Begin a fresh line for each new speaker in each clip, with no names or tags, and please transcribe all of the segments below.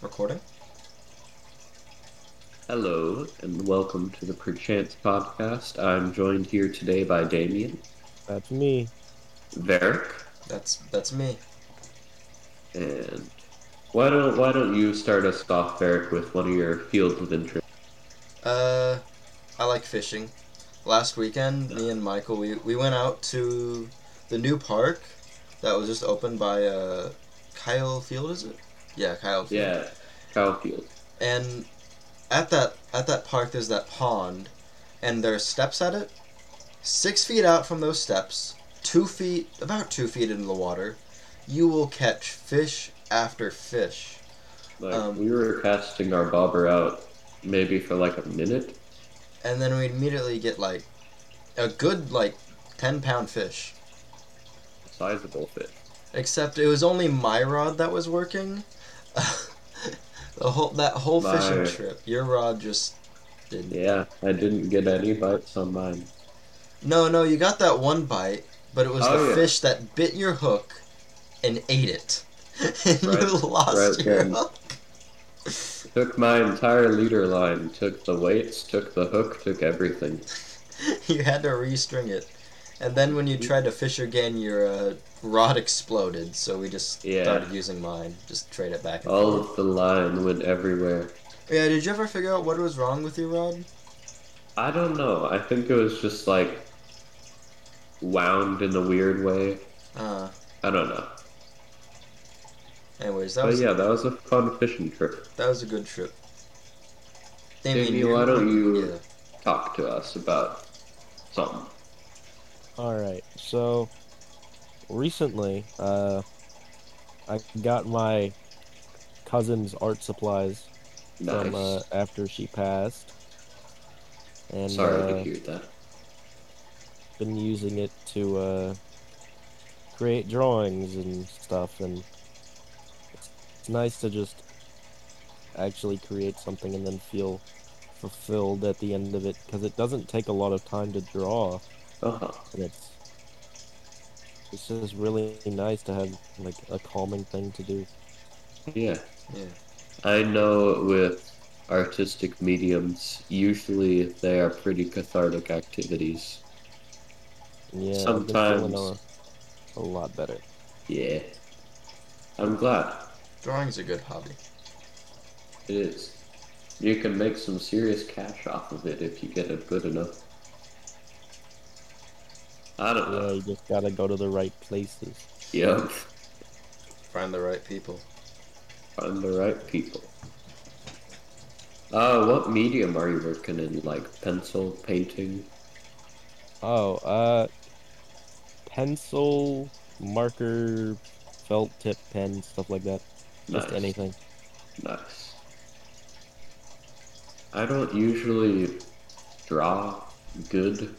Recording?
Hello and welcome to the Perchance podcast. I'm joined here today by Damien,
That's me.
Varric,
That's that's me.
and why don't why don't you start us off, Varric, with one of your fields of interest?
Uh I like fishing. Last weekend, me and Michael we, we went out to the new park that was just opened by uh Kyle Field is it? Yeah, Kyle Field.
Yeah, cow field.
and at that at that park there's that pond and there are steps at it six feet out from those steps two feet about two feet into the water you will catch fish after fish
Like
Um,
we were casting our bobber out maybe for like a minute.
and then we immediately get like a good like 10 pound fish
Sizable fish.
except it was only my rod that was working the whole that whole fishing
My-
trip your rod just didn't
Yeah, I didn't get any bites on mine.
No, no, you got that one bite, but it was
Oh,
the
yeah.
fish that bit your hook and ate it. and
Right,
you lost
right,
your
yeah.
hook.
Took my entire leader line. Took the weights. Took the hook. Took everything.
You had to restring it. And then when you tried to fish again, your uh, rod exploded, so we just
Yeah. Oh,
started using mine. Just trade it back. And
All of the line went everywhere.
yeah, did you ever figure out what was wrong with your rod?
I don't know. I think it was just like wound in a weird way.
Uh,
I don't know.
anyways, that
But
was,
yeah, that was a fun fishing trip.
that was a good trip.
Jamie,
you're-
why don't you-
Yeah.
Talk to us about something.
All right. So recently, uh, I got my cousin's art supplies
Nice.
from uh, after she passed, and
Sorry
uh,
to hear that.
been using it to uh, create drawings and stuff. And it's, it's nice to just actually create something and then feel fulfilled at the end of it because it doesn't take a lot of time to draw.
Uh-huh.
and it's it's just really nice to have like a calming thing to do.
Yeah.
Yeah.
I know with artistic mediums, usually they are pretty cathartic activities.
Yeah, I've been feeling uh,
Sometimes.
a, a lot better.
Yeah. I'm glad.
Drawing's a good hobby.
It is. You can make some serious cash off of it if you get it good enough. I don't
Yeah,
know.
you just gotta go to the right places.
Yep.
Find the right people.
Find the right people. Uh, what medium are you working in? Like pencil, painting?
Oh, uh, pencil, marker, felt tip pen, stuff like that. Just
Nice.
anything.
Nice. I don't usually draw good.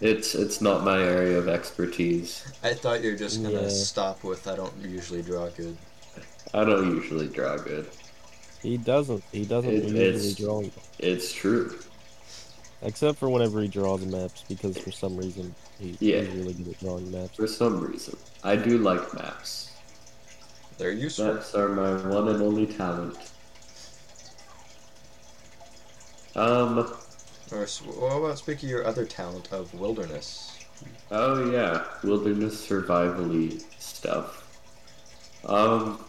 It's it's not my area of expertise.
I thought you were just gonna
Yeah.
stop with I don't usually draw good.
I don't usually draw good.
He doesn't. He doesn't
It-
usually
it's-
draw,
It's true.
except for whenever he draws maps, because for some reason he,
Yeah.
he's really good at drawing maps.
For some reason. I do like maps.
They're useful.
Maps are my one and only talent. Um,
Or s- what about speaking of your other talent of wilderness?
oh yeah, wilderness survivally stuff. Um,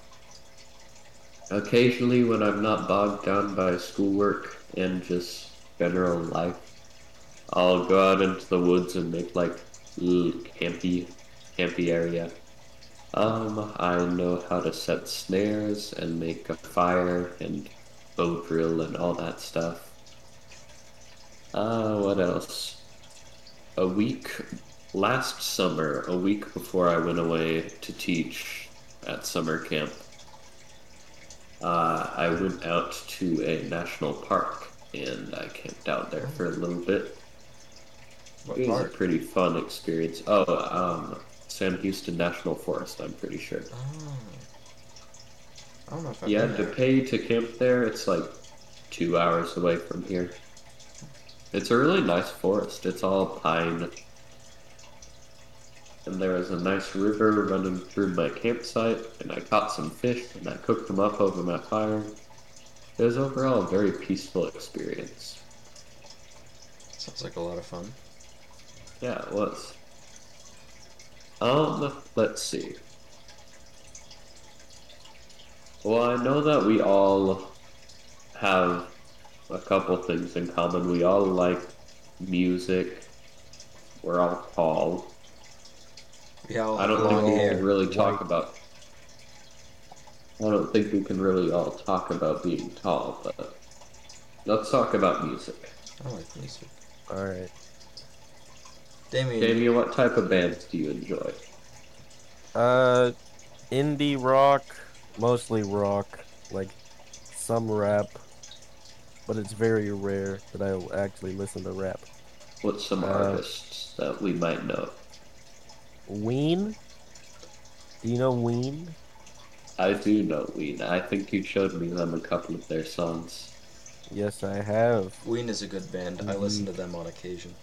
occasionally when I'm not bogged down by schoolwork and just general life, I'll go out into the woods and make like little campy, campy area. Um, I know how to set snares and make a fire and bow drill and all that stuff. Uh, what else? A week last summer, a week before I went away to teach at summer camp, uh, I went out to a national park and I camped out there for a little bit.
What
It was a
part?
pretty fun experience. Oh, um, Sam Houston National Forest, I'm pretty sure.
Oh. I don't know if I've
You
been
have to
there.
pay to camp there. It's like two hours away from here. It's a really nice forest. It's all pine. and there was a nice river running through my campsite, and I caught some fish and I cooked them up over my fire. It was overall a very peaceful experience.
Sounds like a lot of fun.
Yeah, it was. Um, let's see. Well, I know that we all have a couple things in common. We all like music. We're all tall.
Yeah, I'll-
I don't
Oh, long
think we
hair.
can really talk about. I don't think we can really all talk about being tall, but let's talk about music.
I like music.
All right.
Damien,
Damien, what type of bands do you enjoy?
Uh, indie rock, mostly rock, like some rap, but it's very rare that I will actually listen to rap.
What's some
Uh,
artists that we might know?
Ween. Do you know Ween?
I do know Ween. I think you showed me them a couple of their songs.
Yes, I have.
Ween is a good band. I listen to them on occasion.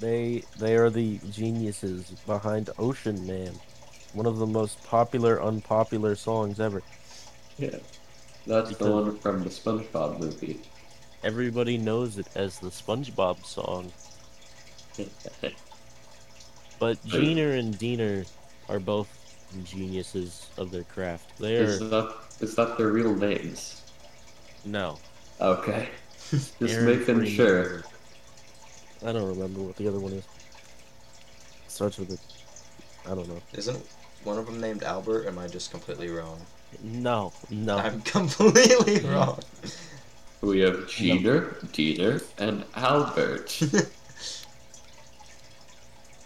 They they are the geniuses behind Ocean Man, one of the most popular unpopular songs ever.
Yeah. That's the
Because-
one from the SpongeBob movie.
Everybody knows it as the SpongeBob song, but Gina and Diener are both geniuses of their craft. They
is,
are
that, is that their real names?
no.
Okay. Just
Aaron
making
Green.
sure.
I don't remember what the other one is. Starts with a I don't know.
Isn't one of them named Albert? Am I just completely wrong?
No, no.
I'm completely wrong.
We have Jeter, Dieter, and Albert.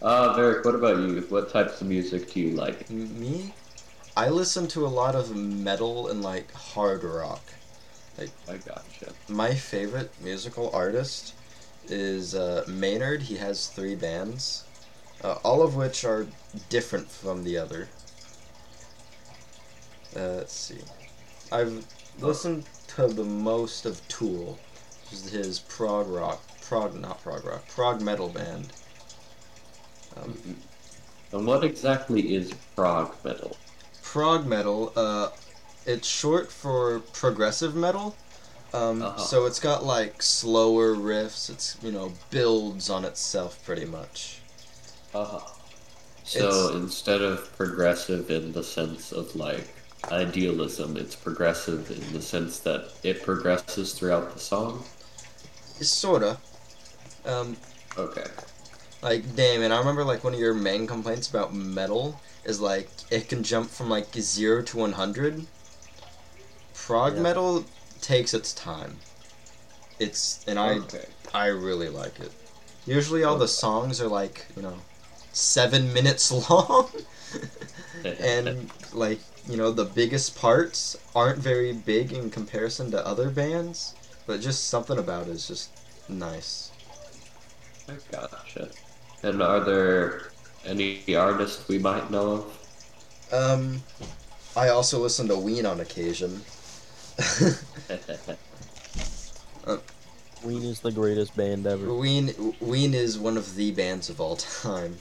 Ah, Varric, what about you? What types of music do you like?
M- Me? I listen to a lot of metal and like hard rock.
I gotcha.
My favorite musical artist is uh, Maynard. He has three bands, uh, all of which are different from the other. Uh, let's see. I've listened to the most of Tool, which is his prog rock, prog not prog rock, prog metal band. Um,
And what exactly is prog metal?
prog metal. Uh, it's short for progressive metal. Um,
Uh-huh.
So it's got like slower riffs. It's you know builds on itself pretty much.
Uh-huh. So instead of progressive in the sense of like idealism, it's progressive in the sense that it progresses throughout the song?
Sorta. Um,
Okay.
like Damon, I remember like one of your main complaints about metal is like it can jump from like zero to one hundred. Prog
Yeah.
metal takes its time. It's and I
okay.
I really like it. Usually, all the songs are like you know, seven minutes long, and like you know, the biggest parts aren't very big in comparison to other bands. But just something about it is just nice.
I gotcha. And are there any artists we might know of?
Um, I also listen to Ween on occasion.
Ween is the greatest band ever.
Ween Ween is one of the bands of all time.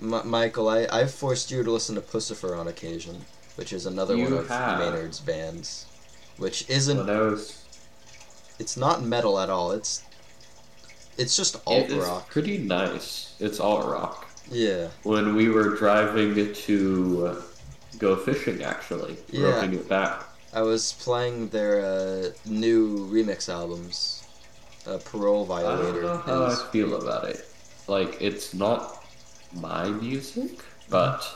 M- Michael, I I've forced you to listen to Pussifer on occasion, which is another
You
one of
have.
Maynard's bands, which isn't
when I was,
it's not metal at all. It's it's just alt
it is
rock.
pretty nice. It's all rock.
Yeah,
When we were driving to uh, go fishing, actually, we were
Yeah.
hoping it back.
I was playing their uh, new remix albums, uh, Parole
I don't
Violator.
know how I
is-
feel about it. Like, it's not my music, but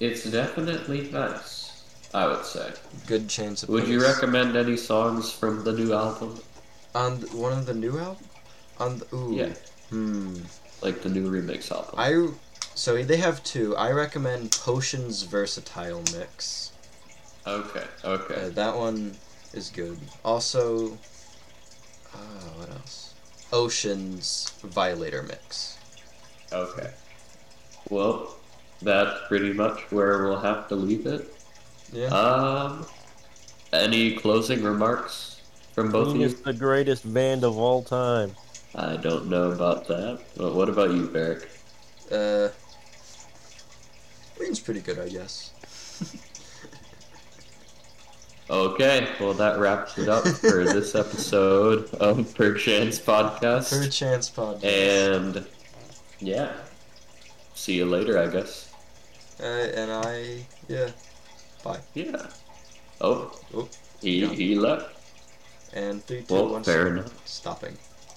it's definitely nice. I would say.
good chance of.
Would you
pace.
recommend any songs from the new album?
on th- one of the new album? On the, ooh,
Yeah,
hmm.
like the new remix album.
I so they have two. I recommend Potions Versatile Mix.
Okay,
Uh,
okay.
that one is good. Also, uh, what else? Oceans Violator Mix.
Okay. Well, that's pretty much where we'll have to leave it.
Yeah.
Um, any closing remarks from both of
Ween is
Mm.
you?
the greatest band of all time.
I don't know about that. But what about you, Beric?
Uh, green's pretty good, I guess.
Okay, well that wraps it up for this episode of Perchance
Per
Podcast.
chance pod.
And yeah. See you later, I guess.
Uh, and I, yeah,
Yeah. Oh.
Oh,
He
yeah.
he left.
and three, two, one.
Well, fair enough.
stopping.